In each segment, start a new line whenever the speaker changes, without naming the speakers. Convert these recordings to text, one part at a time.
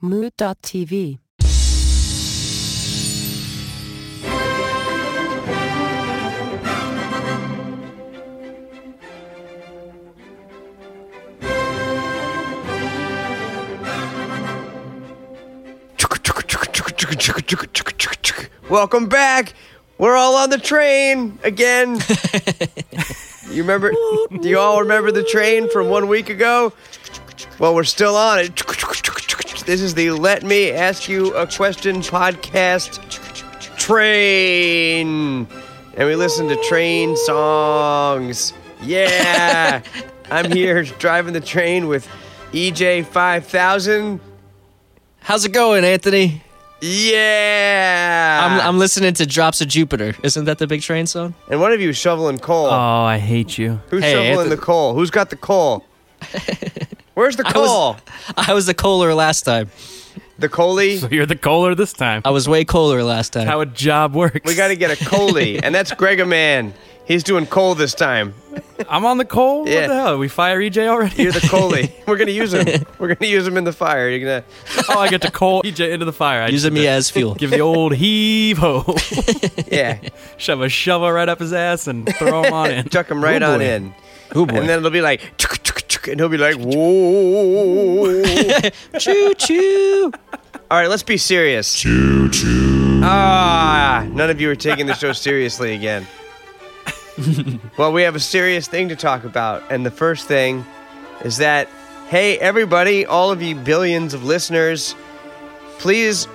Mood.tv.
Welcome back. We're all on the train again. you remember? Do you all remember the train from one week ago? Well, we're still on it. This is the Let Me Ask You a Question podcast train. And we listen to train songs. Yeah. I'm here driving the train with E EJ5000.
How's it going, Anthony?
Yeah.
I'm, I'm listening to Drops of Jupiter. Isn't that the big train song?
and one of you is shoveling coal.
Oh, I hate you.
Who's
Hey,
shoveling
Anthony-
the coal? Who's got the coal? Where's the
I was-
coal?
I was the Kohler last time.
The coalie.
So you're the Kohler this time.
I was way Kohler last time.
Oh, How a job works.
We got to get a coalie, and that's Greg a man. He's doing coal this time.
I'm on the coal.
Yeah.
What the hell? We fire EJ already?
You're the coalie. We're gonna use him. We're gonna use him in the fire. You're gonna.
oh, I get to coal EJ into the fire. I
Using me as fuel.
give the old heave ho,
Yeah.
shove a shovel right up his ass, and throw him on in.
Chuck him right
Oh,
on
boy.
in.
Oh boy.
And then it'll be like, "Chuk, chuk, chuk," and he'll be like, whoa.
choo choo.
All right, let's be serious. Choo choo. Ah, none of you are taking the show seriously again. well, we have a serious thing to talk about, and the first thing is that hey, everybody, all of you billions of listeners, please,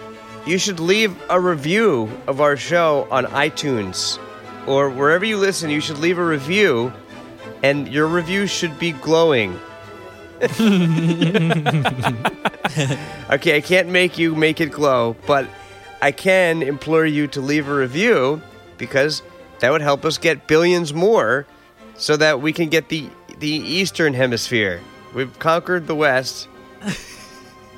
you should leave a review of our show on iTunes or wherever you listen. You should leave a review, and your review should be glowing. Okay, I can't make you make it glow, but I can implore you to leave a review because that would help us get billions more so that we can get the the eastern hemisphere. We've conquered the west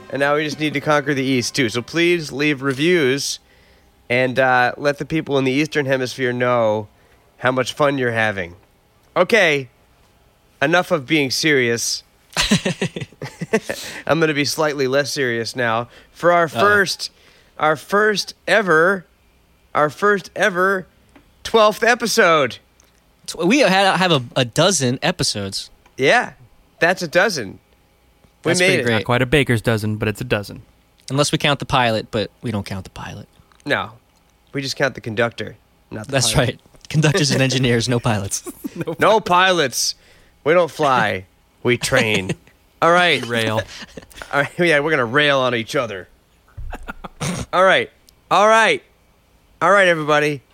and now we just need to conquer the east too. So please leave reviews and uh, let the people in the eastern hemisphere know how much fun you're having. Okay, enough of being serious. I'm going to be slightly less serious now for
Uh.
our 1st our first ever, our first ever 12th episode.
Tw- We had have a, a dozen episodes.
Yeah, that's a dozen. We
That's
made
pretty
it.
great.
Not quite a baker's dozen, but it's a dozen.
Unless we count the pilot, but we don't count the pilot.
No, we just count the conductor, not the
That's
pilot.
right. Conductors and engineers, no pilots.
No pilots. We don't fly. We train. All right.
Rail.
All right. Yeah, we're gonna rail on each other. All right. All right. All right, everybody.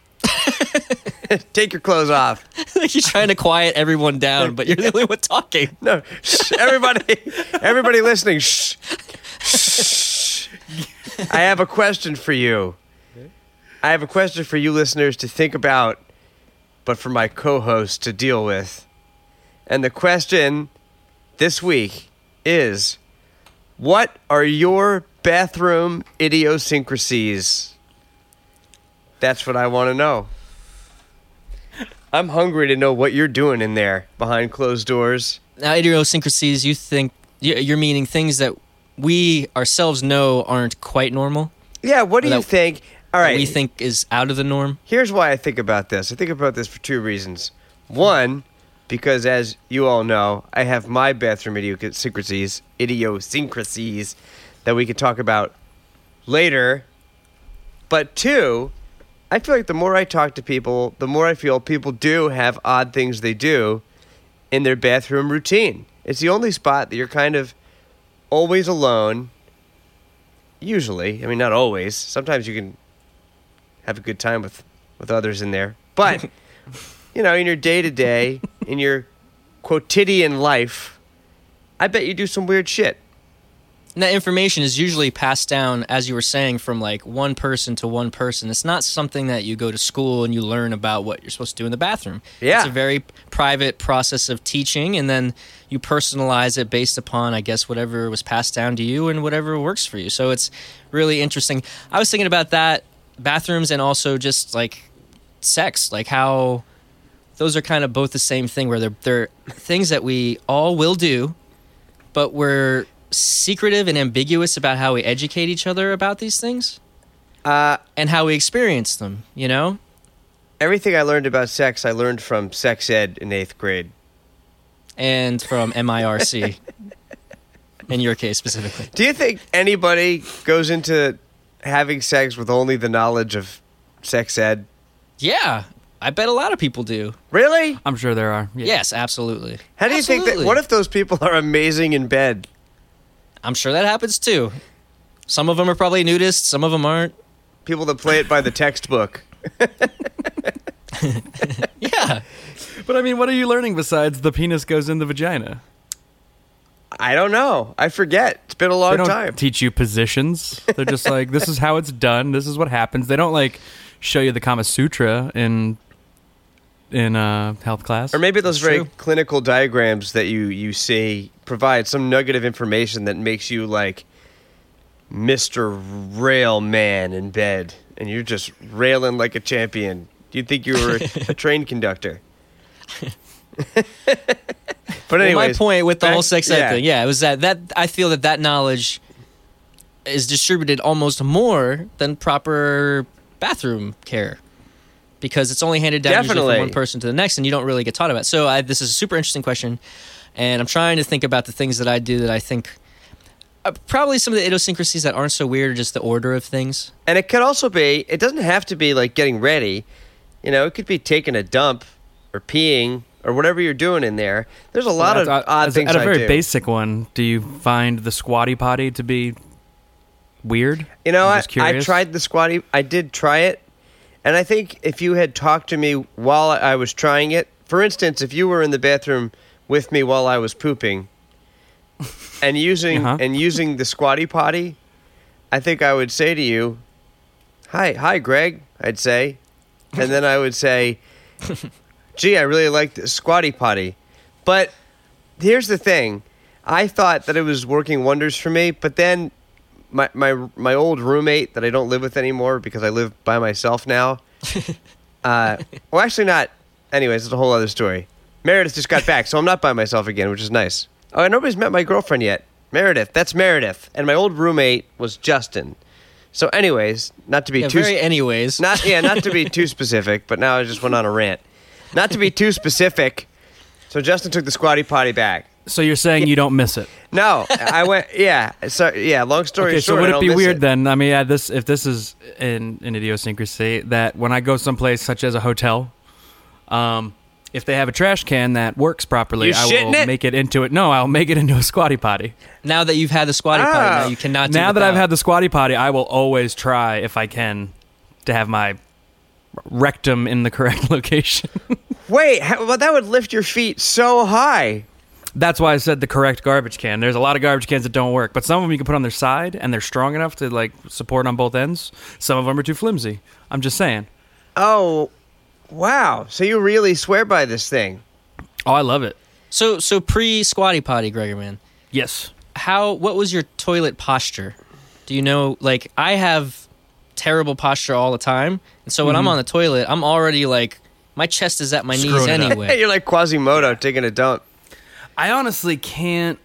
Take your clothes off.
you're trying to quiet everyone down, but you're the only one talking.
No, shh, everybody, everybody listening. Shh. Shh. I have a question for you. I have a question for you listeners to think about, but for my co-host to deal with. And the question this week is what are your bathroom idiosyncrasies? That's what I want to know. I'm hungry to know what you're doing in there behind closed doors.
Now, idiosyncrasies, you think you- you're meaning things that we ourselves know aren't quite normal.
Yeah, what do
Or
you
that-
think? All
that
right.
we think is out of the norm.
Here's why I think about this. I think about this for two reasons. One, because as you all know, I have my bathroom idiosyncrasies, idiosyncrasies that we could talk about later. But two, I feel like the more I talk to people, the more I feel people do have odd things they do in their bathroom routine. It's the only spot that you're kind of always alone. Usually, I mean, not always. Sometimes you can have a good time with with others in there. But you know, in your day to day, in your quotidian life, I bet you do some weird shit.
And that information is usually passed down, as you were saying, from like one person to one person. It's not something that you go to school and you learn about what you're supposed to do in the bathroom.
Yeah.
It's a very private process of teaching, and then you personalize it based upon, I guess, whatever was passed down to you and whatever works for you. So it's really interesting. I was thinking about that bathrooms and also just like sex, like how those are kind of both the same thing where they're, they're things that we all will do, but we're secretive and ambiguous about how we educate each other about these things
Uh,
and how we experience them, you know?
everything I learned about sex, I learned from sex ed in eighth grade.
And from MIRC, in your case specifically.
Do you think anybody goes into having sex with only the knowledge of sex ed?
Yeah, I bet a lot of people do.
Really?
I'm sure there are. Yeah.
Yes, absolutely.
How do you think that?
Absolutely.
What if those people are amazing in bed?
I'm sure that happens too. Some of them are probably nudists, some of them aren't.
People that play it by the textbook.
Yeah.
But I mean, what are you learning besides the penis goes in the vagina?
I don't know. I forget. It's been a long
They don't
time.
teach you positions. They're just like, this is how it's done. This is what happens. They don't like show you the Kama Sutra in in uh, health class.
or maybe those
That's
very
true.
clinical diagrams that you you see provide some nugget of information that makes you like Mr. Rail Man in bed, and you're just railing like a champion. You think you were a, a train conductor. but
Well,
anyway,
my point with the whole sex ed
yeah.
thing, yeah, it was that that I feel that that knowledge is distributed almost more than proper bathroom care because it's only handed down usually
Definitely.
from one person to the next, and you don't really get taught about. It. So I, this is a super interesting question, and I'm trying to think about the things that I do that I think. Uh, probably some of the idiosyncrasies that aren't so weird are just the order of things.
And it could also be, it doesn't have to be like getting ready. You know, it could be taking a dump or peeing or whatever you're doing in there. There's a lot of
At-
odd
at-
things
At a
I
very
do.
basic one, do you find the squatty potty to be weird?
You know,
I'm
I,
just
I
curious.
tried the squatty. I did try it, and I think if you had talked to me while I was trying it, for instance, if you were in the bathroom with me while I was pooping, and using
Uh-huh.
and using the squatty potty, I think I would say to you, "Hi, hi, Greg." I'd say, and then I would say, "Gee, I really like this squatty potty," but here's the thing. I thought that it was working wonders for me, but then my my my old roommate that I don't live with anymore because I live by myself now. uh, well, actually, not. Anyways, it's a whole other story. Meredith just got back, so I'm not by myself again, which is nice. Oh, and nobody's met my girlfriend yet. Meredith, that's Meredith, and my old roommate was Justin. So, anyways, not to be
Yeah,
too
very anyways.
not yeah, not to be too specific, but now I just went on a rant. Not to be too specific. So Justin took the squatty potty back.
So you're saying you don't miss it?
No, I went. Yeah, so yeah. Long story
Okay,
short,
so
I
would it
don't
be
miss
weird
it.
then? I mean, yeah, this if this is an, an idiosyncrasy that when I go someplace such as a hotel, um, if they have a trash can that works properly,
You
I will
shitting it?
make it into it. No, I'll make it into a squatty potty.
now that you've had the squatty
Ah.
potty, now you cannot. Do
now that I've
without.
had the squatty potty, I will always try if I can to have my rectum in the correct location.
Wait, how, well, that would lift your feet so high.
That's why I said the correct garbage can. There's a lot of garbage cans that don't work, but some of them you can put on their side and they're strong enough to like support on both ends. Some of them are too flimsy. I'm just saying.
Oh, wow. So you really swear by this thing.
Oh, I love it.
so so pre squatty potty, Gregor man.
Yes.
how what was your toilet posture do you know like i have terrible posture all the time and so when i'm on the toilet i'm already like my chest is at my knees
Mm-hmm. Screwing it up.
Hey,
anyway
you're like Quasimodo taking a dump.
I honestly can't.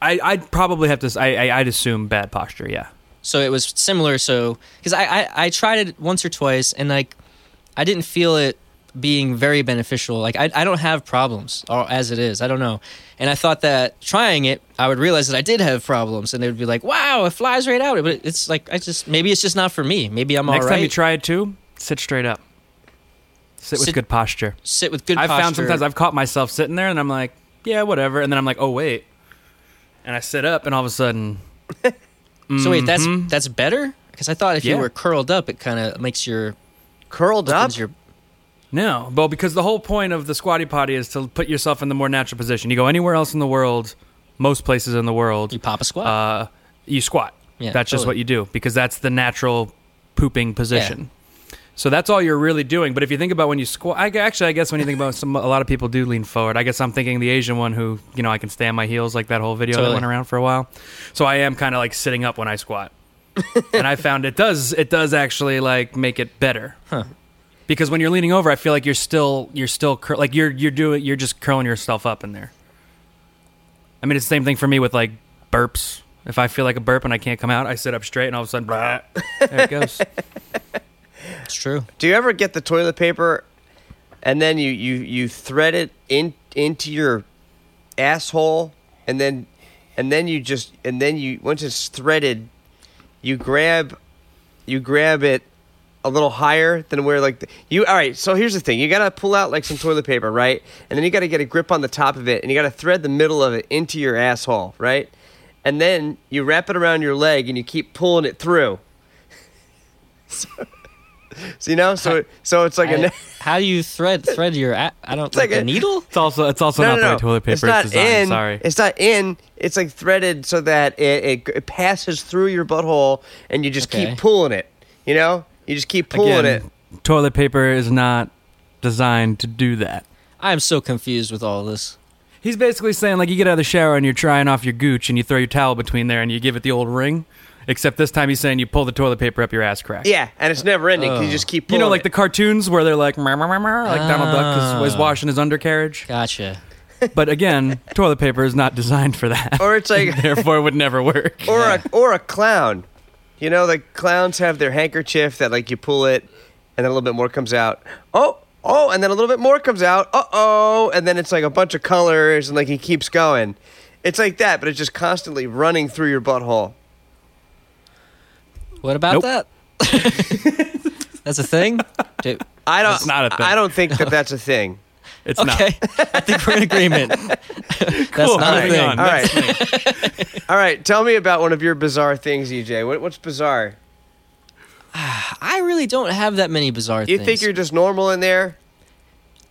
I I'd probably have to. s- I, I would assume bad posture. Yeah.
so it was similar so because I, I i tried it once or twice and like i didn't feel it being very beneficial like I, I don't have problems or as it is i don't know and i thought that trying it i would realize that i did have problems and they would be like wow it flies right out but it's like i just maybe it's just not for me maybe i'm
Next
all right
time you try it too, sit straight up. Sit with
Sit-
good posture.
sit with good
I've
posture
found sometimes I've caught myself sitting there and I'm like, yeah, whatever, and then I'm like, oh wait, and I sit up and all of a sudden,
So wait, that's that's better because I thought if
Mm-hmm. Yeah.
you were curled up, it kind of makes your
Curled up?
opens your
no, well because the whole point of the squatty potty is to put yourself in the more natural position. You go anywhere else in the world, most places in the world,
you pop a squat.
uh, you squat.
Yeah,
that's just
totally.
what you do because that's the natural pooping position. So that's all you're really doing. But if you think about when you squat, I, gu- actually, I guess when you think about some, a lot of people do lean forward. I guess I'm thinking the Asian one who, you know, I can stand my heels like that whole video that
Totally.
went around for a while. So I am kind of like sitting up when I squat. and I found it does it does actually like make it better. Because when you're leaning over, I feel like you're still you're still cur- like you're you're doing you're just curling yourself up in there. I mean, it's the same thing for me with like burps. If I feel like a burp and I can't come out, I sit up straight and all of a sudden, blah, there it goes.
It's true.
Do you ever get the toilet paper and then you you you thread it in into your asshole and then and then you just and then you once it's threaded, you grab you grab it a little higher than where like the, you all right so here's the thing you gotta pull out like some toilet paper right and then you gotta get a grip on the top of it and you gotta thread the middle of it into your asshole right and then you wrap it around your leg and you keep pulling it through so, so you know so so it's like a
I- how do you thread thread your? a- I don't like,
like
a,
a-
needle.
It's also it's also
no,
not
no,
the
no.
way toilet paper
it's not
is designed.
in
Sorry.
it's not in it's like threaded so that it, it, it passes through your butthole and you just
Okay.
keep pulling it you know you just keep pulling it
Toilet paper is not designed to do that.
I am so confused with all this.
He's basically saying like you get out of the shower and you're trying off your gooch and you throw your towel between there and you give it the old ring. Except this time he's saying you pull the toilet paper up your ass crack.
yeah and it's never ending 'cause you just keep
Oh. You
pulling
know, like
it.
the cartoons where they're like, "Meow, meow, meow, meow," like Donald Duck is, is washing his undercarriage.
Gotcha.
But again, toilet paper is not designed for that.
Or it's like-
therefore, would never work.
or a or a clown. You know, like clowns have their handkerchief that like you pull it, and then a little bit more comes out. Oh, oh, and then a little bit more comes out. Uh oh, and then it's like a bunch of colors, and like he keeps going. It's like that, but it's just constantly running through your butthole.
What about
Nope.
that? That's a thing. Do-
I don't.
That's not a thing.
I don't think that that's a thing.
It's not.
okay, I think we're in agreement. That's
Cool,
not a
moving
thing.
on.
All right, all right. Tell me about one of your bizarre things, EJ. What, what's bizarre?
I really don't have that many bizarre
You
things.
think you're just normal in there?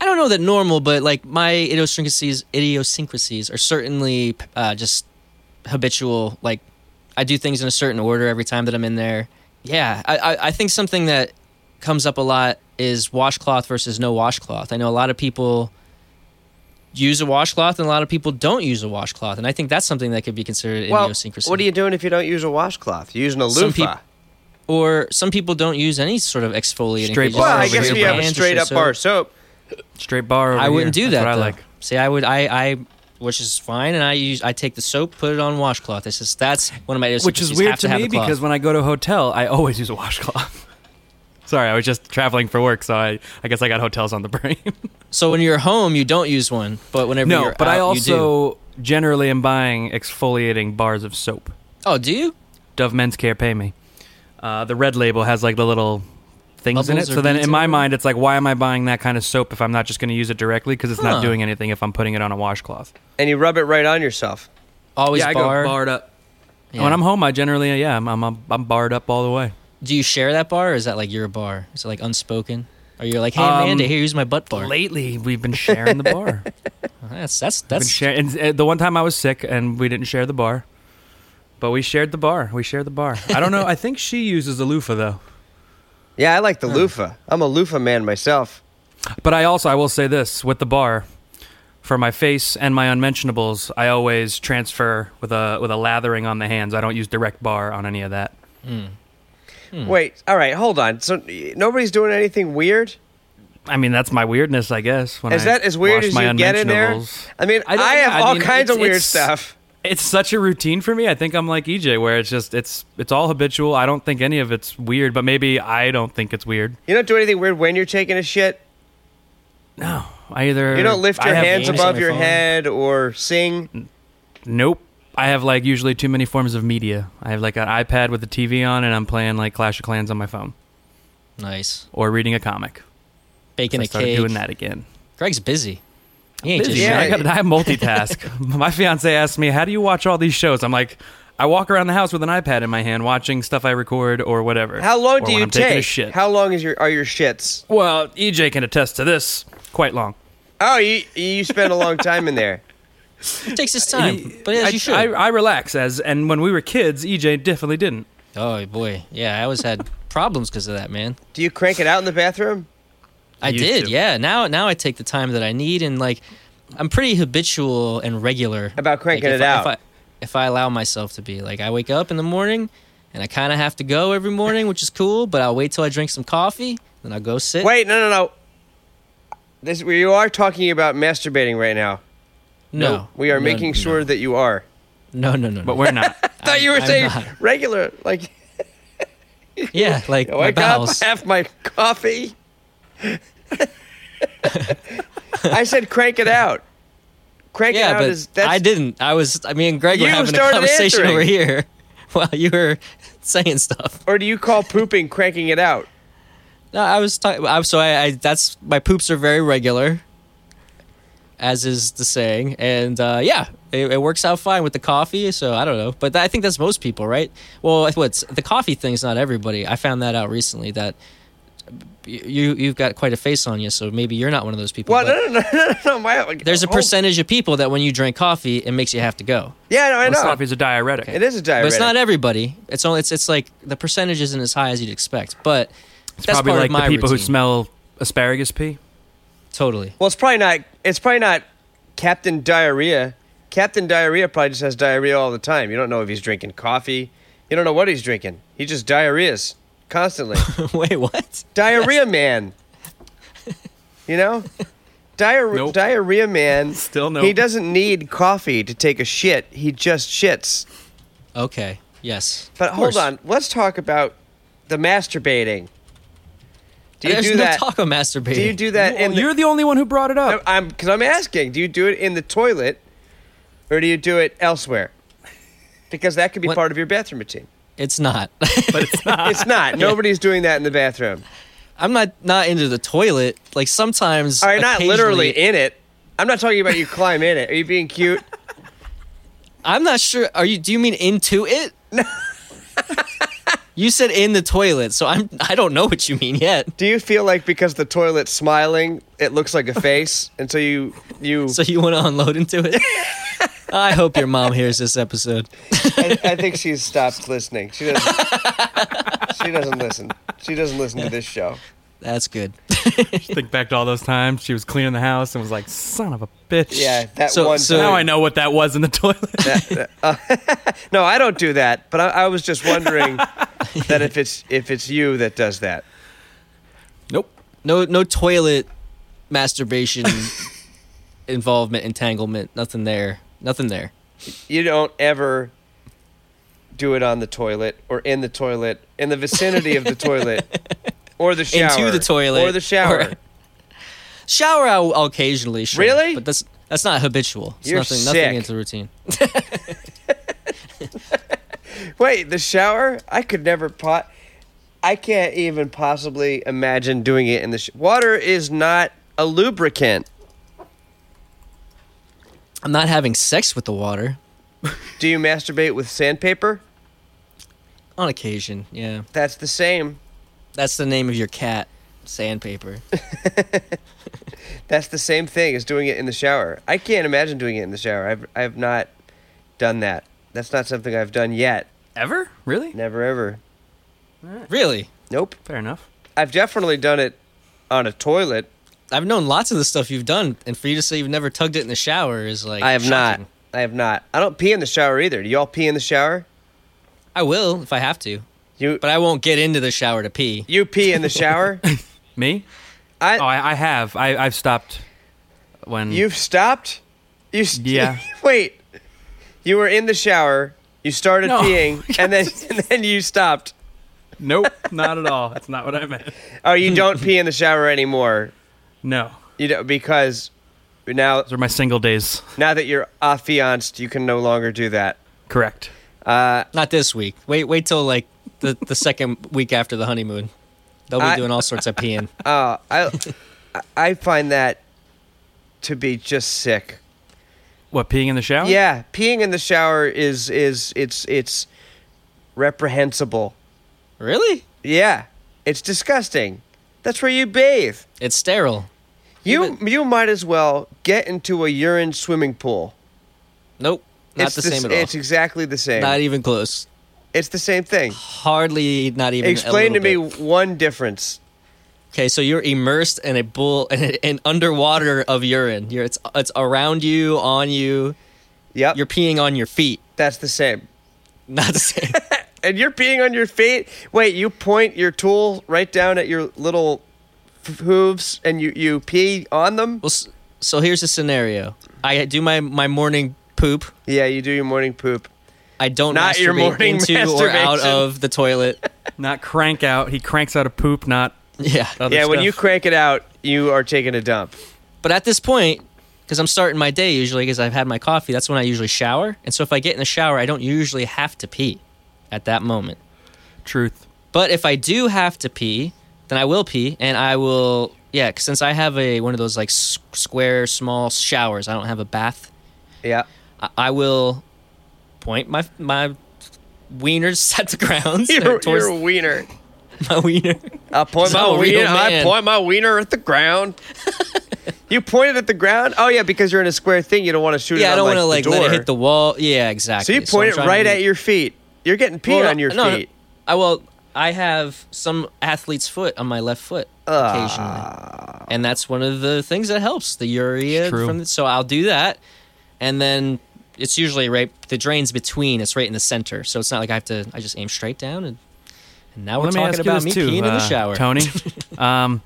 I don't know that normal, but like my idiosyncrasies, idiosyncrasies are certainly uh, just habitual. Like I do things in a certain order every time that I'm in there. Yeah, I, I, I think something that comes up a lot is washcloth versus no washcloth. I know a lot of people use a washcloth and a lot of people don't use a washcloth, and I think that's something that could be considered
Well,
idiosyncrasy.
what are you doing if you don't use a washcloth? You're using a
Some
loofah.
peop- or some people don't use any sort of exfoliating.
Straight
agent.
bar
well, I
over
guess
here.
if you have a
Brands or
straight up
soap.
bar of soap,
Straight bar. Over
I wouldn't
here.
do
That's
that.
What
though.
I like.
See, I would. I. I which is fine, and I use I take the soap, put it on washcloth. This is that's one of my
Which is
idiosyncrasies,
weird
have
to
have
me
the cloth.
because when I go to a hotel, I always use a washcloth. Sorry, I was just traveling for work, so I, I guess I got hotels on the brain.
so when you're home you don't use one, but whenever
no,
you're
but
out,
I
you do.
also generally am buying exfoliating bars of soap.
oh do you
Dove Men's Care pay me. Uh, the red label has like the little things in it.
Bubbles or
So then
beads
in
or
my
whatever?
mind, it's like, why am I buying that kind of soap if I'm not just going to use it directly? Because it's
Huh.
not doing anything if I'm putting it on a washcloth.
and you rub it right on yourself.
always bar.
up.
Yeah.
When I'm home, I generally, yeah, I'm, I'm, I'm barred up all the way.
do you share that bar or is that like your bar? Is it like unspoken? Or you're like, hey
Um,
Amanda, here use my butt bar.
Lately, we've been sharing the bar.
That's that's
been
that's
share- and uh, the one time I was sick and we didn't share the bar, but we shared the bar. We shared the bar. I don't know. I think she uses a loofah though.
Yeah, I
Hmm.
like the loofah. I'm a loofah man myself.
But I also I will say this with the bar, for my face and my unmentionables, I always transfer with a with a lathering on the hands. I don't use direct bar on any of that. Hmm.
Wait, all right, hold on. So y- nobody's doing anything weird.
I mean that's my weirdness, I guess. When
Is
I
that as weird
wash
as
my
you get in there?
unmentionables.
I mean, I,
I don't
have
know. I
all
mean,
kinds of
it's-
weird
it's-
stuff.
It's such a routine for me. I think I'm like EJ, where it's just it's it's all habitual. I don't think any of it's weird, but maybe I don't think it's weird.
You don't do anything weird when you're taking a shit.
No, I either
You don't lift
I
your
have
hands
games on
above
my
your
phone.
head or sing.
Nope. I have like usually too many forms of media. I have like an iPad with the TV on, and I'm playing like Clash of Clans on my phone
nice.
or reading a comic.
Baking
I
a
started
cake.
doing that again.
Greg's busy. He ain't
Busy.
just
I,
Yeah.
got, I multitask. my fiance asked me, "How do you watch all these shows?" I'm like, I walk around the house with an iPad in my hand, watching stuff I record or whatever.
How long
Or
do
when
you
I'm taking
take?
a shit.
How long is your are your shits?
well, EJ can attest to this. Quite long.
Oh, you you spend a long time in there.
It takes his time, but as
I,
you should.
I, I relax as, and when we were kids, EJ definitely didn't.
oh boy, yeah, I always had problems because of that, man.
Do you crank it out in the bathroom?
I
used
did,
to.
yeah. Now now I take the time that I need and like I'm pretty habitual and regular
About cranking
Like,
it
if I-
out.
If I, if I allow myself to be like I wake up in the morning and I kind of have to go every morning, which is cool, but I'll wait till I drink some coffee, then I'll go sit.
Wait, no, no, no. This we you are talking about masturbating right now.
no.
we are
No,
making
no.
sure that you are.
No, no, no. no.
but we're not.
I thought you were
I'm-
saying
I'm not.
regular. Like,
yeah, like
I
my
wake up,
bowels.
have my coffee. I said, crank it out. Crank it
Yeah,
out
but
is that's
I didn't. I was. I mean, Greg were
You
having a
started
conversation
answering.
over here while you were saying stuff.
or do you call pooping cranking it out?
No, I was talking. I'm so I, I. That's my poops are very regular, as is the saying, and uh, yeah, it, it works out fine with the coffee. So I don't know, but I think that's most people, right? Well, what's the coffee thing's not everybody. I found that out recently that y- you you've got quite a face on you, so maybe you're not one of those people.
Well,
but
no, no, no, no, no. My, Oh, like,
there's a
Oh.
whole-
percentage of people that when you drink coffee, it makes you have to go.
Yeah, no, I
Let's
know.
stop. He's a diuretic.
It is a
But
diuretic.
it's not everybody. It's only it's it's like the percentage isn't as high as you'd expect. But
It's
that's
probably
part
like
of my
the people who
routine.
smell asparagus pee.
totally.
Well, it's probably not. It's probably not Captain Diarrhea. Captain Diarrhea probably just has diarrhea all the time. You don't know if he's drinking coffee. You don't know what he's drinking. He just diarrheas constantly.
Wait, what?
diarrhea man. You know, Diar-
Nope.
diarrhea man.
Still nope.
He doesn't need coffee to take a shit. He just shits.
Okay. Yes.
But
Of
hold
course.
on. Let's talk about the masturbating. Do you
There's
do
no
that?
talk of masturbating.
do you do that? in the-
You're the only one who brought it
No,
up.
I'm because I'm asking. Do you do it in the toilet, or do you do it elsewhere? Because that could be
What-
part of your bathroom routine.
It's not.
It's not. Nobody's doing that in the bathroom.
I'm not not into the toilet. Like sometimes.
All right, not literally
occasionally-
in it. I'm not talking about you climb in it. Are you being cute?
I'm not sure. Are you? Do you mean into it? No. you said in the toilet, so I'm. I don't know what you mean yet.
Do you feel like because the toilet's smiling, it looks like a face, and so you you?
So you want to unload into it? I hope your mom hears this episode.
I, I think she's stopped listening. She doesn't. she doesn't listen. She doesn't listen to this show.
That's good.
Think back to all those times she was cleaning the house and was like, "Son of a bitch."
Yeah, that
So-
one.
so-
time.
Now I know what that was in the toilet.
No, I don't do that. But I, I was just wondering that if it's if it's you that does that.
nope.
No, no toilet masturbation involvement, entanglement. Nothing there. Nothing there.
You don't ever do it on the toilet or in the toilet, in the vicinity of the toilet, or the shower,
Into the toilet,
or the shower.
or- Shower out occasionally, sure.
Really?
But that's that's not habitual. It's
You're
nothing
sick.
nothing into the routine.
Wait, the shower? I could never pot. I can't even possibly imagine doing it in the sh- water. Is not a lubricant.
I'm not having sex with the water
Do you masturbate with sandpaper?
on occasion. Yeah,
That's the same.
that's the name of your cat, sandpaper.
That's the same thing as doing it in the shower. I can't imagine doing it in the shower. I've I've not done that. That's not something I've done yet.
Ever? Really?
Never ever.
really?
Nope.
Fair enough.
I've definitely done it on a toilet.
I've known lots of the stuff you've done, and for you to say you've never tugged it in the shower is like
I have
shocking.
not. I have not. I don't pee in the shower either. Do y'all pee in the shower?
I will if I have to,
You
but I won't get into the shower to pee.
you pee in the shower?
Me?
I
Uh,
Oh, I, I have. I, I've stopped when
you've stopped? You st-
Yeah.
Wait. You were in the shower, you started
No.
peeing, and then and then you stopped.
Nope, not at all. That's not what I meant.
Oh, you don't pee in the shower anymore.
No,
You don't, because now
those are my single days.
Now that you're affianced, you can no longer do that.
Correct.
Not this week. Wait, wait till like the the second week after the honeymoon. They'll be
I-
doing all sorts of peeing.
Uh, I I find that to be just sick.
What peeing in the shower?
Yeah, peeing in the shower is is it's it's reprehensible.
really?
Yeah, it's disgusting. That's where you bathe.
It's sterile.
You you might as well get into a urine swimming pool.
Nope. Not
it's
the
s-
same at all.
It's exactly the same.
Not e- even close.
it's the same thing.
Hardly not even. a
Explain to
little
me
bit.
one difference.
Okay, so you're immersed in a bull and underwater of urine. You're, it's it's around you, on you.
Yep,
You're peeing on your feet.
that's the same.
Not the same.
and you're peeing on your feet. Wait, you point your tool right down at your little f- hooves and you, you pee on them?
well, s- so here's a scenario. I do my my morning poop.
Yeah, you do your morning poop.
I don't
Not
masturbate
your morning
into or out
masturbation.
of the toilet.
Not crank out. He cranks out a poop, not
Yeah.
other
yeah, when
stuff.
you crank it out, you are taking a dump.
But at this point, because I'm starting my day usually because I've had my coffee, that's when I usually shower. And so if I get in the shower, I don't usually have to pee at that moment.
Truth.
But if I do have to pee, then I will pee and I will, yeah, 'cause since I have a one of those like s- square small showers, I don't have a bath,
Yeah.
I, I will point my, my wieners at the ground,
You're,
towards
you're a wiener.
my wiener.
I point my
I'm a real
wiener. I
man.
point my wiener at the ground. you point it at the ground. Oh yeah, because you're in a square thing. You don't want to shoot.
Yeah,
it
I don't
want to
like
the
let it
door.
hit the wall. Yeah, exactly.
So you point it
I'm trying to
right
be-
at your feet. You're getting pee
Well,
on your
no, no,
feet.
I well, I have some athlete's foot on my left foot
Ah.
occasionally, and that's one of the things that helps the urea.
It's true.
From the, so I'll do that, and then it's usually right. The drain's between. It's right in the center, so it's not like I have to. I just aim straight down, and, and now we're
Let me
talking
ask you
about
this
me
too,
peeing in
uh,
the shower.
Tony. um,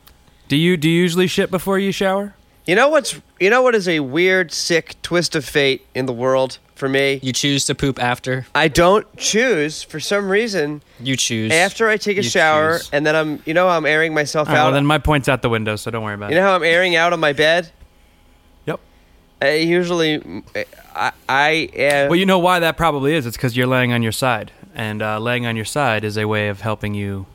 do you do you usually shit before you shower?
You know what's you know what is a weird, sick twist of fate in the world for me.
You choose to poop after.
I don't choose for some reason
You choose
after I take a
You
shower
choose.
and then I'm you know how I'm airing myself
Oh,
out.
well, then my point's out the window, so don't worry about
you know how I'm airing out on my bed.
it. Yep.
I usually, I, I uh,
Well, you know why that probably is. It's because you're laying on your side, and uh, laying on your side is a way of helping you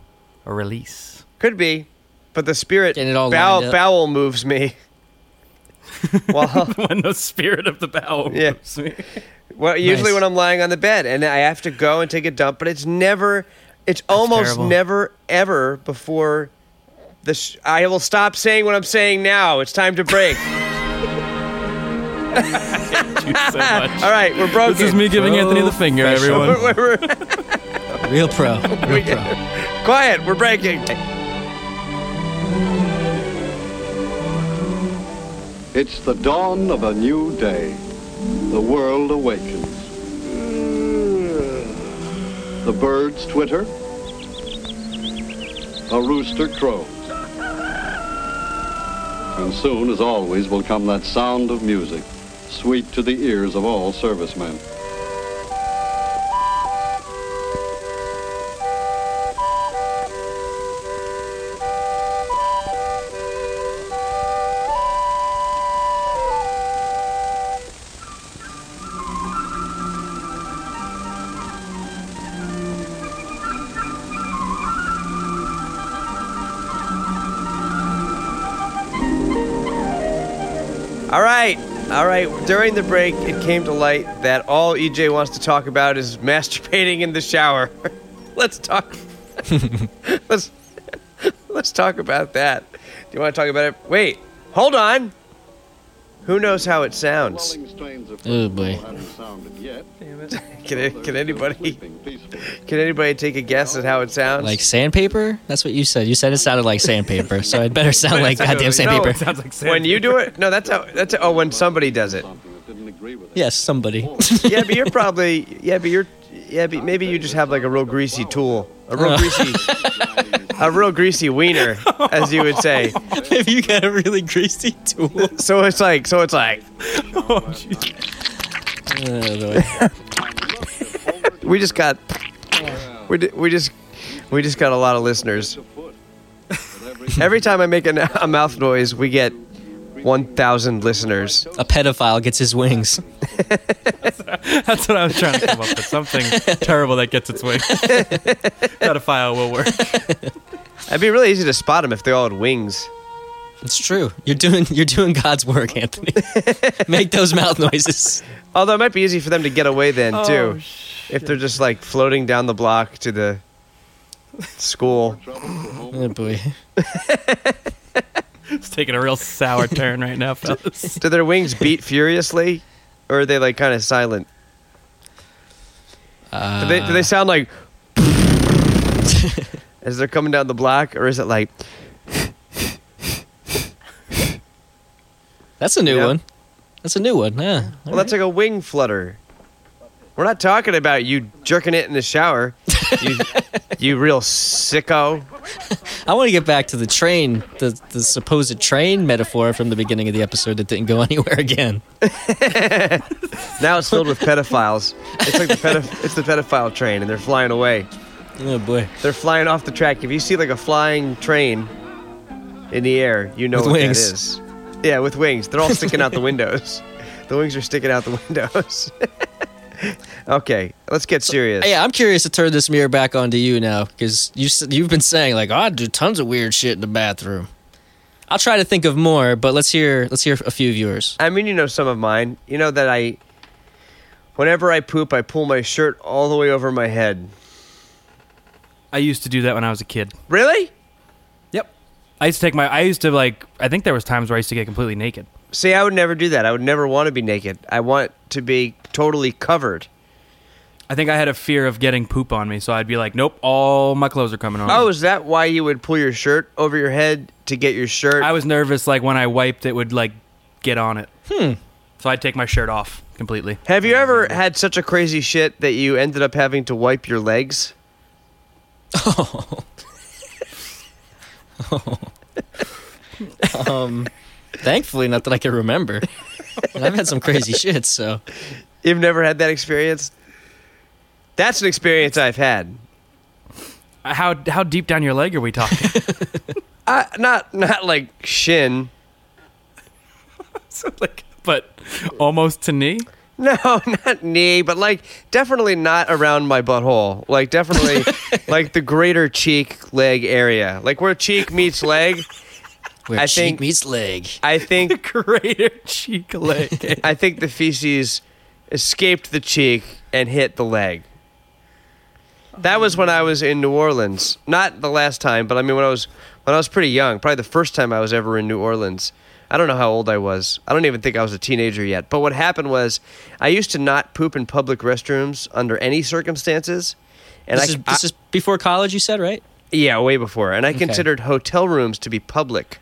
release.
Could be, but the spirit
Getting it all
bow-
lined up.
bowel moves me. well,
when the spirit of the bowel
Yeah.
moves me.
well, usually
Nice.
when I'm lying on the bed and I have to go and take a dump, but it's never, it's almost
terrible.
never ever before. The sh- I will stop saying what I'm saying now. It's time to break.
Thank you so much.
all right, we're broken.
This is me giving Anthony the finger,
Oh,
everyone.
We're- we're-
real pro. Real pro.
quiet. We're breaking.
It's the dawn of a new day. The world awakens. The birds twitter. A rooster crows. And soon, as always, will come that sound of music, sweet to the ears of all servicemen.
All right, all right. During the break, it came to light that all EJ wants to talk about is masturbating in the shower. let's talk. let's let's talk about that. Do you want to talk about it? Wait, hold on. Who knows how it sounds?
Swelling strains of
Oh, boy.
haven't sounded yet.
Can can anybody
Sleeping peacefully.
can anybody take a guess at how it sounds?
Like sandpaper? That's what you said. You said it sounded like sandpaper, so it better sound like goddamn
No,
sandpaper.
it
Sounds like sand.
when you do it? No, that's how. That's oh, when somebody does it.
Something that didn't agree with it.
Yes, somebody.
Yeah, but you're probably. Yeah, but you're. Yeah, but maybe you just have like a real greasy tool, a real greasy, a real greasy wiener, as you would say.
Maybe you got a really greasy tool.
So it's like, so it's like, we just got, we di- we just, we just got a lot of listeners. Every time I make a, a mouth noise, we get one thousand listeners.
a pedophile gets his wings.
That's what I was trying to come up with. Something terrible that gets its way. Pedophile will work.
It'd be really easy to spot them if they all had wings.
It's true. You're doing you're doing God's work, Anthony. Make those mouth noises.
Although it might be easy for them to get away then too,
Oh,
if they're just like floating down the block to the school.
Oh boy.
It's taking a real sour turn right now, fellas.
Do their wings beat furiously, or are they like kind of silent? do, they, do
Uh,
they sound like as they're coming down the block, or is it like
That's a new
Yeah.
one. That's a new one. Yeah.
well, that's like a wing flutter? We're not talking about you jerking it in the shower, you, you real sicko.
I want to get back to the train, the, the supposed train metaphor from the beginning of the episode that didn't go anywhere again.
Now it's filled with pedophiles. It's like the pedoph- it's the pedophile train, and they're flying away.
Oh boy.
They're flying off the track. If you see like a flying train in the air, you know
With
what
wings.
that is. Yeah, with wings. They're all sticking out the windows. The wings are sticking out the windows. okay, let's get serious.
Hey, I'm curious to turn this mirror back onto you now because you s- you've been saying like "Oh, I do tons of weird shit in the bathroom. I'll try to think of more, but let's hear let's hear a few of yours.
I mean, you know some of mine. You know that I, whenever I poop, I pull my shirt all the way over my head.
I used to do that when I was a kid.
Really?
Yep. I used to take my. I used to like. I think there was times where I used to get completely naked.
See, I would never do that. I would never want to be naked. I want to be totally covered.
I think I had a fear of getting poop on me, so I'd be like, "Nope, all my clothes are coming on."
Mm.
Oh, is that why you would pull your shirt over your head to get your shirt?
I was nervous. Like when I wiped, it would like get on it. Hmm. So I'd take my shirt off completely.
Have you ever had such a crazy shit that you ended up having to wipe your legs?
Thankfully, not that I can remember. And I've had some crazy shit, so
You've never had that experience? That's an experience I've had.
Uh, How how deep down your leg are we talking?
Uh, not not like shin.
So, like, but almost to knee.
No, not knee, but like definitely not around my butthole. Like definitely like the greater cheek leg area. Like where cheek meets leg.
where
I
cheek
think-
meets leg.
I think
Greater cheek leg.
I think the feces escaped the cheek and hit the leg. That was when I was in New Orleans. Not the last time, but I mean when I was when I was pretty young, probably the first time I was ever in New Orleans. I don't know how old I was. I don't even think I was a teenager yet. But what happened was I used to not poop in public restrooms under any circumstances. And
This
I,
is this is before college, you said, right?
yeah, way before. And I considered hotel rooms to be public.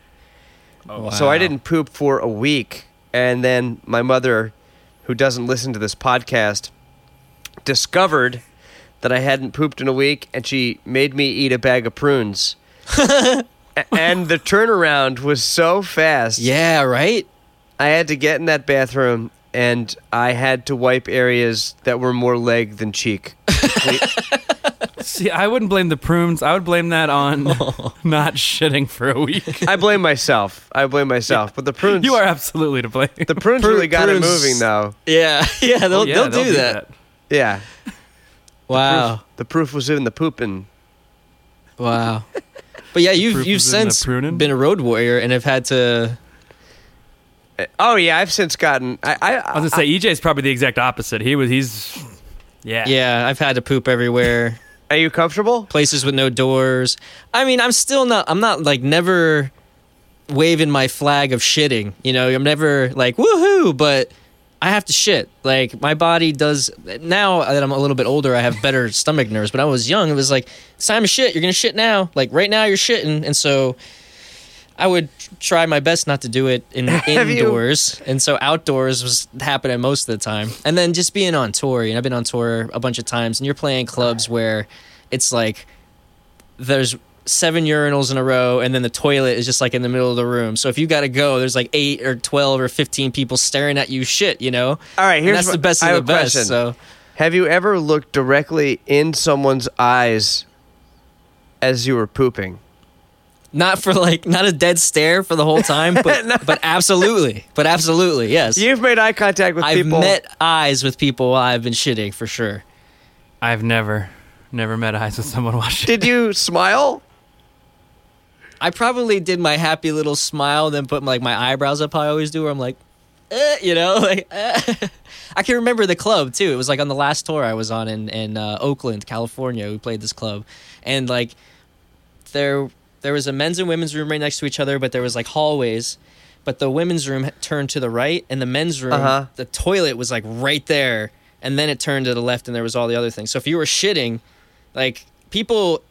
Oh,
So I didn't poop for a week. And then my mother, who doesn't listen to this podcast, discovered that I hadn't pooped in a week and she made me eat a bag of prunes. A- and the turnaround was so fast.
Yeah, right.
I had to get in that bathroom and I had to wipe areas that were more leg than cheek.
See, I wouldn't blame the prunes. I would blame that on not shitting for a week.
I blame myself. I blame myself. But the prunes
You are absolutely to blame.
the prunes
Prune-
really got
prunes-
it moving though.
Yeah, yeah. They'll,
Oh, Yeah,
they'll, do, that.
Yeah.
Wow,
Proof- the proof was in the pooping.
wow. But yeah, you've
proof
you've
is in the
since
pruning.
been a road warrior and have had to.
Oh yeah, I've since gotten. I I,
I
I,
was gonna say EJ's probably the exact opposite. He was he's yeah.
Yeah, I've had to poop everywhere.
are you comfortable?
places with no doors. I mean, I'm still not. I'm not like never waving my flag of shitting. You know, I'm never like woohoo, but I have to shit. Like my body does now that I'm a little bit older. I have better stomach nerves, but when I was young. It was like it's time to shit. You're gonna shit now. Like right now, you're shitting, and so. I would try my best not to do it in
Have you-
indoors, and so outdoors was happening most of the time. And then just being on tour, and I've been on tour a bunch of times, and you're playing clubs where it's like there's seven urinals in a row and then the toilet is just like in the middle of the room so if you gotta go there's like eight or 12 or 15 people staring at you shit you know all
right, here's
that's
what-
the best
I
of
have
the
a
best
question.
so
Have you ever looked directly in someone's eyes as you were pooping?
not for like not a dead stare for the whole time but but absolutely but absolutely yes
You've made eye contact with
i've
people.
met eyes with people while i've been shitting for sure
I've never never met eyes with someone watching.
Did you smile?
i probably did my happy little smile then put like my eyebrows up how i always do where i'm like eh, you know like eh. i can remember the club too it was like on the last tour i was on in, in uh, oakland california we played this club and like there there was a men's and women's room right next to each other but there was like hallways but the women's room turned to the right and the men's room
Uh-huh.
the toilet was like right there and then it turned to the left and there was all the other things so if you were shitting like people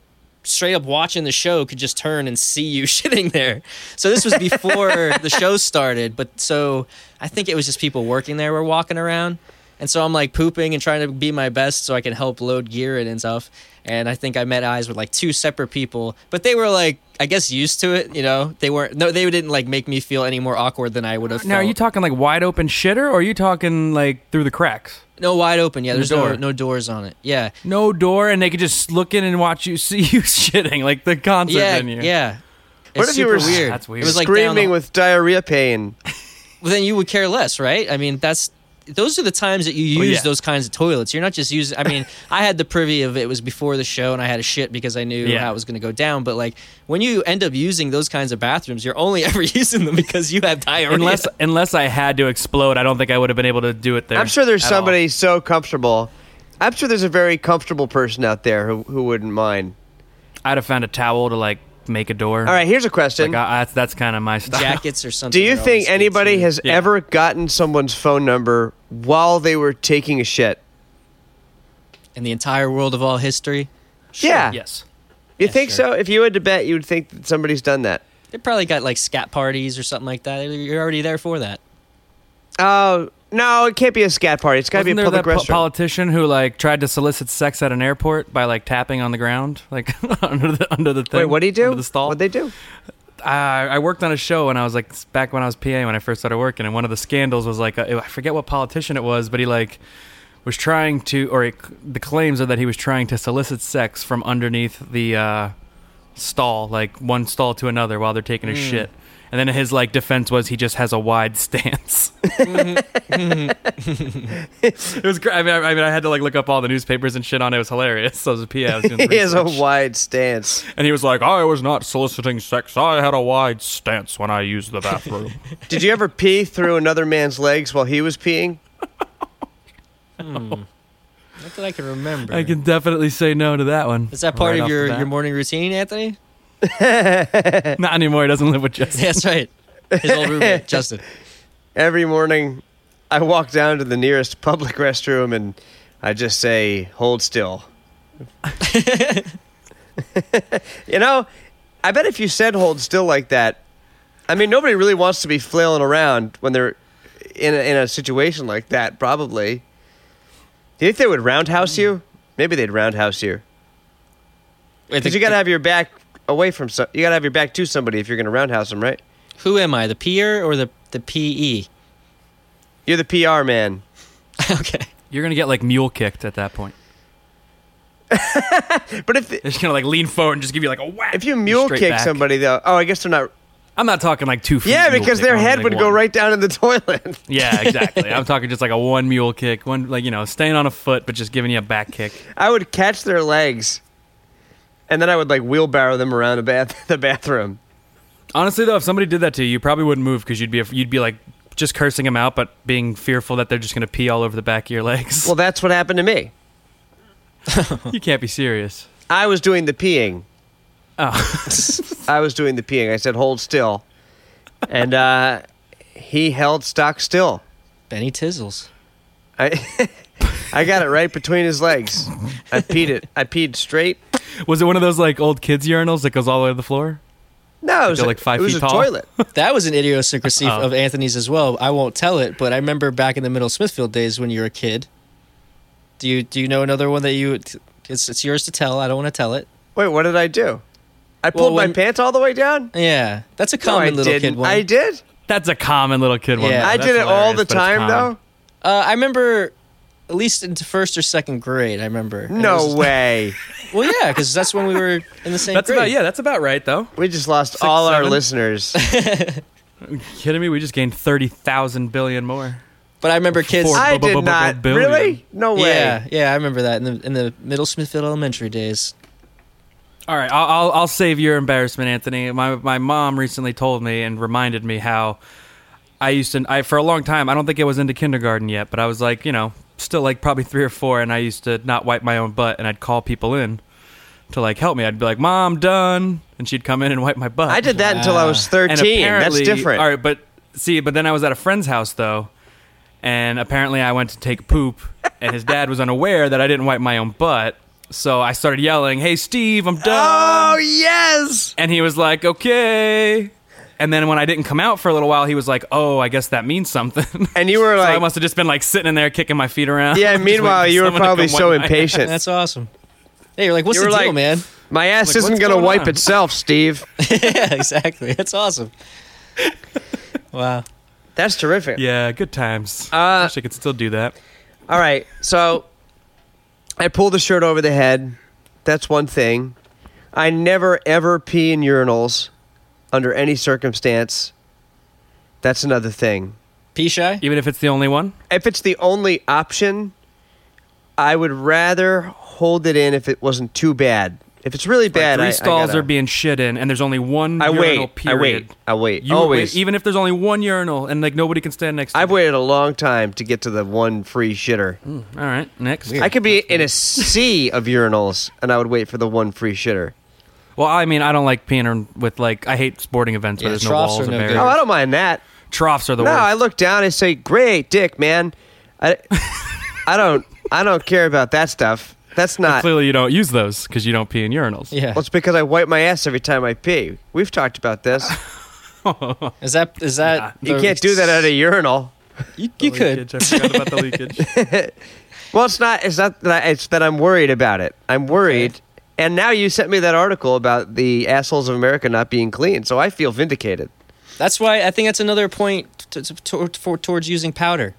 straight up watching the show could just turn and see you shitting there so this was before the show started but so i think it was just people working there were walking around and And so I'm like pooping and trying to be my best so I can help load gear in and stuff. And I think I met eyes with like two separate people, but they were like, I guess used to it. You know, they weren't. No, they didn't like make me feel any more awkward than I would have.
Now, are
felt.
you talking like wide open shitter, or are you talking like through the cracks?
No, wide open. Yeah, there's no
door.
no doors on it. Yeah,
No door, and they could just look in and watch you see you shitting like the concert
yeah,
venue.
yeah.
What if
It's
you were
super weird?
That's weird.
It was like down
Screaming
the-
with diarrhea pain.
well, then you would care less, right? I mean, that's those are the times that you use
Well, Oh, yeah.
those kinds of toilets. You're not just using. I mean, I had the privy of it was before the show, and I had a shit because I knew
Yeah.
how it was going to go down. But like when you end up using those kinds of bathrooms, you're only ever using them because you have diarrhea.
Unless unless I had to explode, I don't think I would have been able to do it there.
I'm sure there's
at all.
somebody so comfortable. I'm sure there's a very comfortable person out there who, who wouldn't mind.
I'd have found a towel to like make a door.
All right, here's a question.
Like, I, I, that's kind of my style.
jackets or something.
Do you
are always
think
good,
anybody
too.
has
Yeah.
ever gotten someone's phone number while they were taking a shit?
in the entire world of all history?
yeah.
Yes.
You
Yeah,
think
sure.
so? If you had to bet, you would think that somebody's done that.
They probably got like scat parties or something like that. You're already there for that.
Oh, no, it can't be a scat party. It's got to be a
Wasn't there
public
that po-
restaurant.
politician who like tried to solicit sex at an airport by like tapping on the ground, like under the under the thing?
Wait, what do you do?
Under the stall.
What'd they do?
Uh, I, I worked on a show and I was like back when I was PA when I first started working, and one of the scandals was like uh, I forget what politician it was, but he like was trying to, or it, the claims are that he was trying to solicit sex from underneath the uh, stall, like one stall to another while they're taking
Hmm.
a shit. And then his like defense was he just has a wide stance.
Mm-hmm.
it was great. I mean, I, I mean, I had to like look up all the newspapers and shit on it. It was hilarious. So I was a PA. I was doing the
He has a
research.
wide stance.
And he was like, I was not soliciting sex. I had a wide stance when I used the bathroom.
Did you ever pee through another man's legs while he was peeing?
Not that I can remember.
I can definitely say no to that one.
Is that part
Right
of
off
your,
the bat.
your morning routine, Anthony?
Not anymore. He doesn't live with Jess.
Yeah, That's right. His old roommate, Justin.
Every morning, I walk down to the nearest public restroom and I just say, hold still. you know, I bet if you said hold still like that, I mean, nobody really wants to be flailing around when they're in a, in a situation like that, probably. Do you think they would roundhouse you? Maybe they'd roundhouse you. Because you got to have your back away from, so- you got to have your back to somebody if you're going to roundhouse them, right?
Who am I, the peer or the the E? PE?
You're the PR man.
okay.
You're going to get like mule kicked at that point.
But if,
They're just going to like lean forward and just give you like a whack.
If you mule
Straight
kick
back.
somebody, though, oh, I guess they're not.
I'm not talking like two feet.
Yeah,
mule
because
kick.
their
I'm
head
like
would go
one.
right down in the toilet.
Yeah, exactly. I'm talking just like a one mule kick, one like you know, staying on a foot but just giving you a back kick.
I would catch their legs, and then I would like wheelbarrow them around the bath the bathroom.
Honestly though, if somebody did that to you, you probably wouldn't move because you'd be you'd be like just cursing them out, but being fearful that they're just going to pee all over the back of your legs.
Well, that's what happened to me.
you can't be serious.
I was doing the peeing.
Oh.
I was doing the peeing. I said, "Hold still," and uh, he held stock still.
Benny Tizzles.
I I got it right between his legs. I peed it. I peed straight.
Was it one of those like old kids urinals that goes all the way to the floor?
No, it was
They're
a-
like five
it was
feet
a
tall?
toilet.
That was an idiosyncrasy
Uh-oh.
of Anthony's as well. I won't tell it, but I remember back in the middle Smithfield days when you were a kid. Do you do you know another one that you it's it's yours to tell. I don't want to tell it.
Wait, what did I do? I pulled
Well, when-
my pants all the way down.
Yeah. That's a
no, I
common little
didn't.
kid one.
I did.
That's a common little kid one.
Yeah.
though.
I
Oh, That's
did it all
hilarious,
the
but it's
time
common.
though.
uh, I remember at least into first or second grade, I remember. And it
No
was-
way.
Well, yeah, because that's when we were in the same
That's
grade.
about yeah. That's about right though.
We just lost all our
seven?
listeners.
kidding me? We just gained thirty thousand billion more.
But I remember kids.
Four
I
bu- bu-
did
bu-
not.
billion.
Really? No way.
Yeah, yeah, I remember that in the in the middle Smithfield elementary days.
All right, I'll, I'll I'll save your embarrassment, Anthony. My my mom recently told me and reminded me how I used to. I for a long time. I don't think I was into kindergarten yet, but I was like you know still like probably three or four, and I used to not wipe my own butt, and I'd call people in to like help me. I'd be like, "Mom, done," and she'd come in and wipe my butt.
I did that until I was
And
thirteen. That's
apparently-
different.
All right, but see, but then I was at a friend's house though, and apparently I went to take poop, and his dad was unaware that I didn't wipe my own butt, so I started yelling, "Hey, Steve, I'm done!"
Oh yes.
And he was like, "Okay." And then when I didn't come out for a little while, he was like, "Oh, I guess that means something."
And you were
So I
like-
must have just been like sitting in there kicking my feet around.
Yeah.
just waiting
Meanwhile,
for
you were
someone to
probably
come
so
one night.
impatient.
That's awesome. Yeah, you're like, what's
You
the
were
deal,
like-
man?
My ass
Like,
isn't
what's
gonna
going
wipe
on?
itself, Steve.
yeah, exactly. That's awesome. Wow.
That's terrific.
Yeah, good times.
Uh,
Wish I could still do that.
All right. So I pull the shirt over the head. That's one thing. I never ever pee in urinals under any circumstance. That's another thing.
Pee shy?
Even if it's the only one.
If it's the only option, I would rather hold it in if it wasn't too bad. If it's really bad,
like
I,
three
I
stalls
gotta-
are being shit in, and there's only one.
I
urinal
wait. I
Period.
wait. I wait.
You
Always.
wait, even if there's only one urinal, and like nobody can stand next. to
I've
you.
waited a long time to get to the one free shitter.
All right, next.
I could be in a sea of urinals and I would wait for the one free shitter.
well, I mean, I don't like peeing in- with like. I hate sporting events
Yeah,
where there's no
troughs
walls
are
and
no good.
barriers.
Oh, I don't mind that.
Troughs are the
No,
worst.
I look down and say, "Great dick, man." I, I don't, I don't care about that stuff. That's not. Well,
Clearly, you don't use those because you don't pee in urinals.
Yeah.
it's because I wipe my ass every time I pee. We've talked about this.
Is that is that
You
the-
can't do that at a urinal.
You, you could.
I forgot about the leakage.
Well, it's not. It's not that. I, it's that I'm worried about it. I'm worried.
Okay.
And now you sent me that article about the assholes of America not being clean, so I feel vindicated.
That's why I think that's another point t- t- tor- for, towards using powder.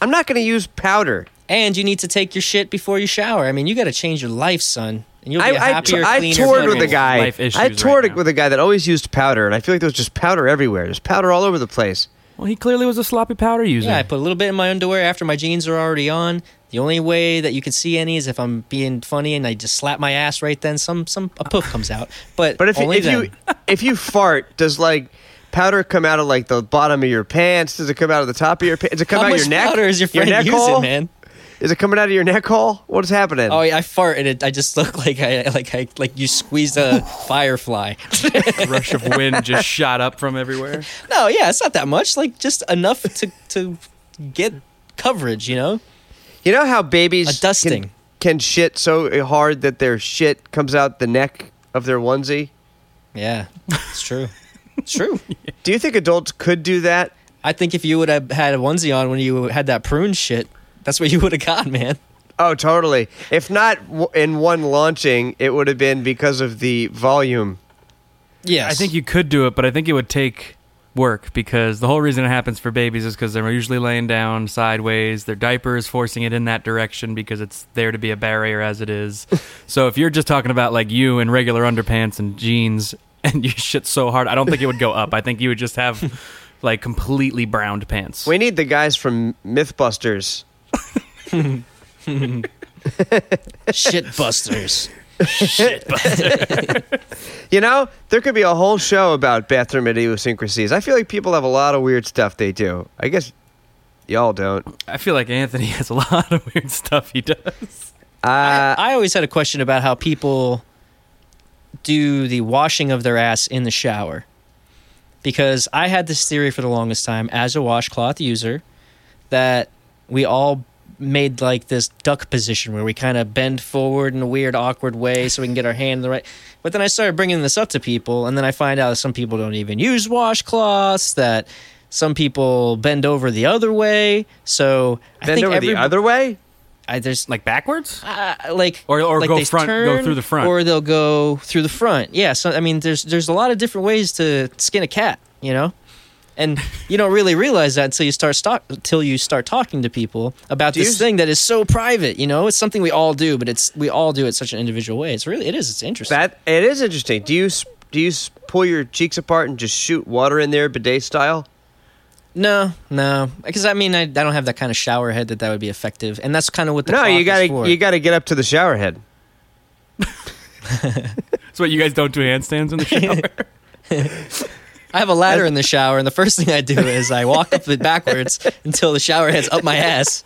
I'm not going to use powder.
And you need to take your shit before you shower. I mean, you got to change your life, son. And you'll be a
I, I,
happier,
I
cleaner.
toured with
man.
a guy.
Life issues
I toured
right now.
with a guy that always used powder, and I feel like there was just powder everywhere. There's powder all over the place.
well, he clearly was a sloppy powder user.
Yeah, I put a little bit in my underwear after my jeans are already on. The only way that you can see any is if I'm being funny and I just slap my ass right then. Some some a poof comes out, but
But if,
only
if you
then.
if you fart, does like powder come out of like the bottom of your pants? Does it come out of the top of your pants? Does it come
how
out of
much
your neck?
powder is your friend
neck
using,
hole?
man?
Is it coming out of your neck hole? What is happening?
Oh, yeah, I fart and it, I just look like I like I like you squeezed a firefly.
A rush of wind just shot up from everywhere.
no, yeah, it's not that much. Like just enough to to get coverage, you know.
You know how babies
A dusting.
Can, can shit so hard that their shit comes out the neck of their onesie.
Yeah, it's true. It's true.
Do you think adults could do that?
I think if you would have had a onesie on when you had that prune shit, that's what you would have got, man.
Oh, totally. If not w- in one launching, it would have been because of the volume.
Yes,
I think you could do it, but I think it would take work because the whole reason it happens for babies is because they're usually laying down sideways. Their diaper is forcing it in that direction because it's there to be a barrier as it is. so if you're just talking about like you in regular underpants and jeans and you shit so hard, I don't think it would go up. I think you would just have like completely browned pants.
We need the guys from MythBusters.
shit busters.
You know, there could be a whole show about bathroom idiosyncrasies. I feel like people have a lot of weird stuff they do. I guess y'all don't.
I feel like Anthony has a lot of weird stuff he does.
Uh,
I always had a question about how people do the washing of their ass in the shower. Because I had this theory for the longest time as a washcloth user that we all made like this duck position where we kind of bend forward in a weird, awkward way so we can get our hand in the right. But then I started bringing this up to people, and then I find out that some people don't even use washcloths, that some people bend over the other way. So I
bend
think
over
every,
the other way?
I, there's
Like backwards?
uh, like
Or- or
like
go
they
front- go
turn,
through the front.
or they'll go through the front. Yeah, so I mean, there's there's a lot of different ways to skin a cat, you know, and you don't really realize that until you start stock until you start talking to people about
Do you
this
s-
thing that is so private. You know, it's something we all do, but it's we all do it such an individual way. It's really it is. It's interesting.
That it is interesting. Do you s- do you s- pull your cheeks apart and just shoot water in there bidet style?
no, no, because I mean, I, I don't have that kind of shower head that that would be effective, and that's kind of what the
no,
cloth
you
is
gotta
for.
you gotta get up to the shower head.
So what, you guys don't do handstands in the shower?
I have a ladder in the shower, and the first thing I do is I walk up it backwards until the shower head's up my ass.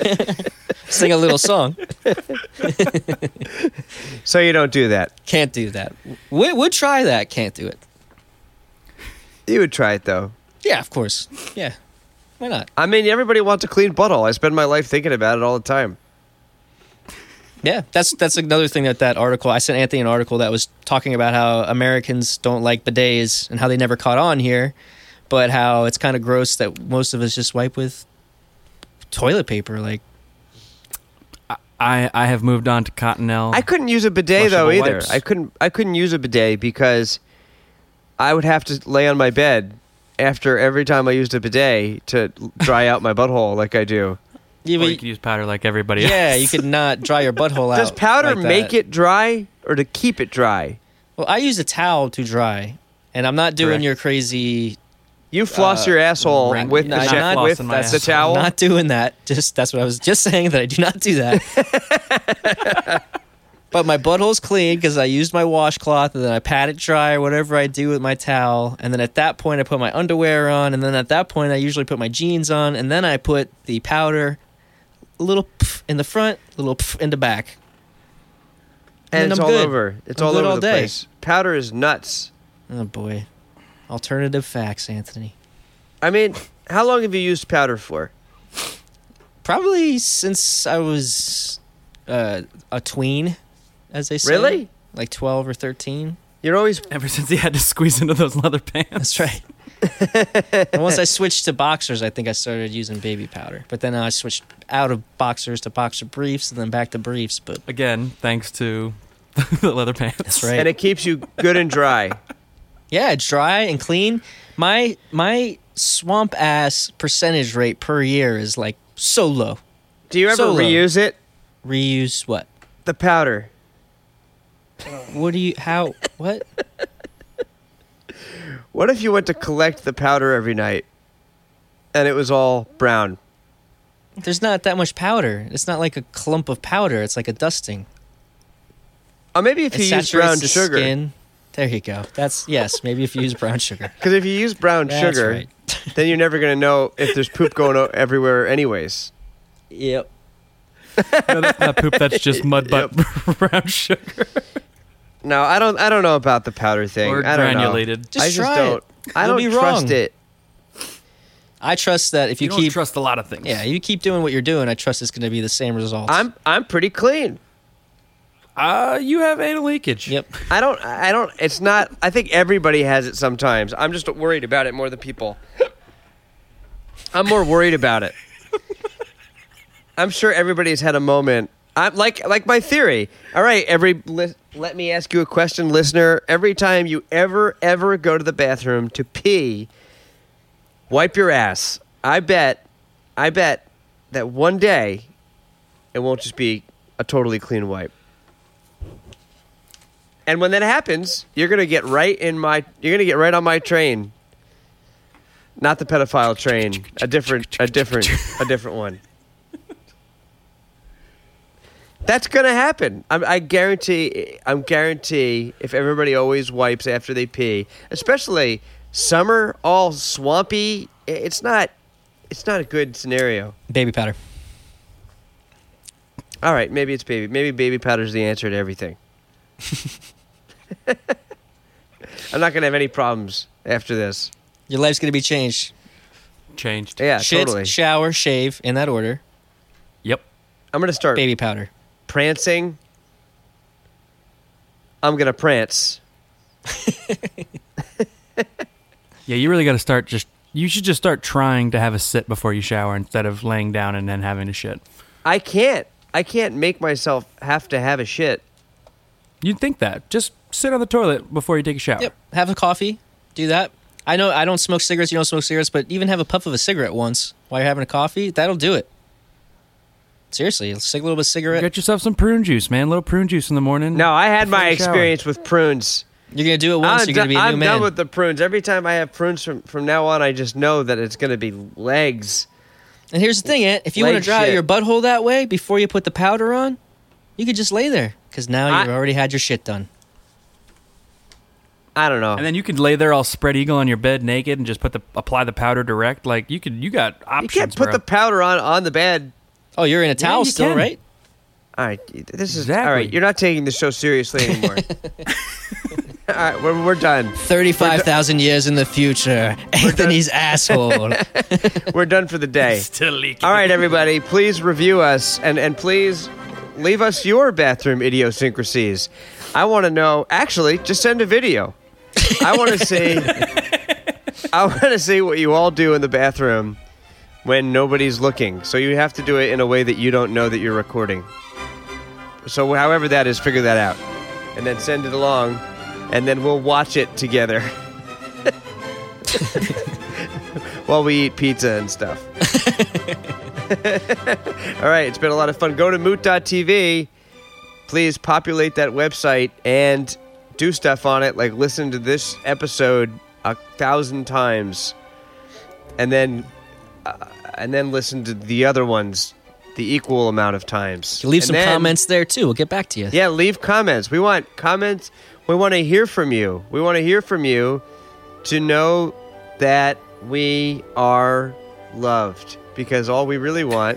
Sing a little song.
So you don't do that.
Can't do that. We would try that. Can't do it.
You would try it though.
Yeah, of course. Yeah, why not?
I mean, everybody wants a clean butthole. I spend my life thinking about it all the time.
Yeah, that's that's another thing that that article I sent Anthony an article that was talking about how Americans don't like bidets and how they never caught on here, but how it's kind of gross that most of us just wipe with toilet paper. Like,
I, I have moved on to Cottonelle.
I couldn't use a bidet though
Flushable
either.
wipes.
I couldn't I couldn't use a bidet because I would have to lay on my bed after every time I used a bidet to dry out my butthole like I do.
yeah,
or
but-
you could use powder like everybody else.
yeah, you could not dry your butthole out.
Does powder
Oh, like that.
make it dry or to keep it dry?
Well, I use a towel to dry, and I'm not doing
Correct.
your crazy.
You floss your asshole
rank-
with
No,
the
I'm
jet-
Uh, not
with
flossing
the
my asshole.
towel.
Not doing that. Just that's what I was just saying that I do not do that. but my butthole's clean because I used my washcloth and then I pat it dry or whatever I do with my towel. And then at that point I put my underwear on, and then at that point I usually put my jeans on, and then I put the powder, a little pff in the front, a little pff in the back.
and
then
it's
I'm
all
good.
over. It's
I'm
all
good
over
all
the
day.
place. Powder is nuts.
Oh boy, alternative facts, Anthony.
I mean, how long have you used powder for?
Probably since I was uh, a tween, as they say.
Really?
Like 12 or 13.
You're always
Ever since he had to squeeze into those leather pants.
That's right. and once I switched to boxers, I think I started using baby powder. But then I switched out of boxers to boxer briefs and then back to briefs. But
Again, thanks to the leather pants.
that's right.
and it keeps you good and dry.
yeah, dry and clean. My my swamp ass percentage rate per year is like so low.
Do you ever
Solo.
reuse it?
Reuse what?
The powder.
What do you how what?
What if you went to collect the powder every night and it was all brown?
There's not that much powder. It's not like a clump of powder. It's like a dusting.
Or Uh, maybe if
It
you use
saturates
brown
the
sugar.
skin. There you go. That's yes. Maybe if you use brown sugar.
Because if you use brown
That's
sugar,
right.
then you're never going to know if there's poop going o- everywhere, anyways.
Yep.
No, that's not poop. That's just mud butt brown sugar
No, I don't. I don't know about the powder thing.
or
I don't know.
granulated.
Just
I just
try
don't.
it.
I
You'll
don't
be
trust
wrong.
it.
I trust that if you,
you don't
keep
trust a lot of things.
yeah, you keep doing what you're doing, I trust it's going to be the same results.
I'm I'm pretty clean.
Uh, you have anal leakage.
Yep.
I don't. I don't. It's not. I think everybody has it sometimes. I'm just worried about it more than people. I'm more worried about it. I'm sure everybody's had a moment. I'm like like my theory. All right, every li- let me ask you a question, listener. Every time you ever ever go to the bathroom to pee, wipe your ass. I bet, I bet that one day it won't just be a totally clean wipe. And when that happens, you're gonna get right in my. You're gonna get right on my train. Not the pedophile train. A different. A different. A different one. That's gonna happen. I'm, I guarantee. I'm guarantee. If everybody always wipes after they pee, especially summer, all swampy, i- it's not. It's not a good scenario.
Baby powder.
All right, maybe it's baby. Maybe baby powder's the answer to everything. I'm not gonna have any problems after this.
Your life's going to be changed.
Changed.
Yeah,
Shit,
totally.
shower, shave in that order.
Yep.
I'm gonna start
Baby powder.
prancing. I'm gonna prance.
Yeah, you really got to start just. You should just start trying to have a sit before you shower instead of laying down and then having to shit.
I can't. I can't make myself have to have a shit.
You'd think that. Just sit on the toilet before you take a shower.
Yep. Have a coffee. Do that. I know I don't smoke cigarettes, you don't smoke cigarettes, but even have a puff of a cigarette once while you're having a coffee, that'll do it. Seriously, a cig- little bit of cigarette.
Get yourself some prune juice, man. A little prune juice in the morning.
No, I had
before
my
you shower.
experience with prunes.
You're going to do it once,
I'm,
you're going to
do-
be a new
I'm
man.
done with the prunes. Every time I have prunes from from now on, I just know that it's gonna be legs.
And here's the thing, Ant. If you
Leg
want to dry out
shit.
your butthole that way before you put the powder on, you could just lay there because now you've
I-
already had your shit done.
I don't know.
And then you could lay there all spread eagle on your bed naked and just put the apply the powder direct. Like you could, you got
you
options.
can't put
bro.
the powder on on the bed.
Oh, you're in a towel
you
still,
can.
right?
All right, this is all
Exactly.
right. You're not taking the show seriously anymore. all right, we're, we're done.
35,000 years in the future. Anthony's asshole.
We're done for the day.
still leaking.
All right, everybody, please review us and and please leave us your bathroom idiosyncrasies. I want to know. Actually, just send a video. I want to see. I want to see what you all do in the bathroom when nobody's looking. So you have to do it in a way that you don't know that you're recording. So however that is, figure that out, and then send it along, and then we'll watch it together while we eat pizza and stuff. All right, it's been a lot of fun. Go to moot.tv. Please populate that website and do stuff on it, like listen to this episode a thousand times, and then uh, and then listen to the other ones the equal amount of times.
Leave
And
some
then-
comments there too. We'll get back to you.
Yeah, leave comments. We want comments. We want to hear from you. We want to hear from you to know that we are loved because all we really want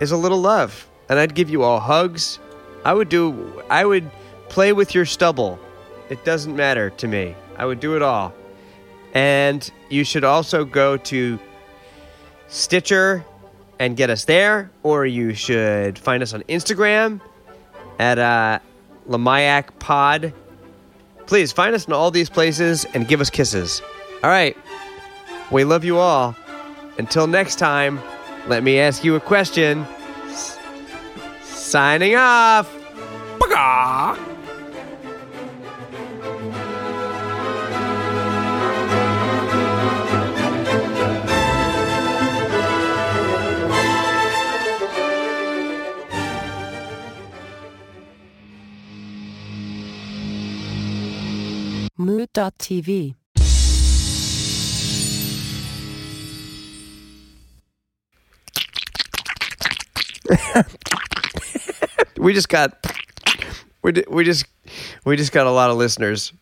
is a little love. And I'd give you all hugs. I would do I would play with your stubble. It doesn't matter to me. I would do it all. And you should also go to Stitcher and get us there or you should find us on Instagram at uh, Lamayak Pod. Please find us in all these places and give us kisses. All right. We love you all. Until next time, let me ask you a question. S- Signing off.
Mood.tv.
We just got we, di- we just we just got a lot of listeners.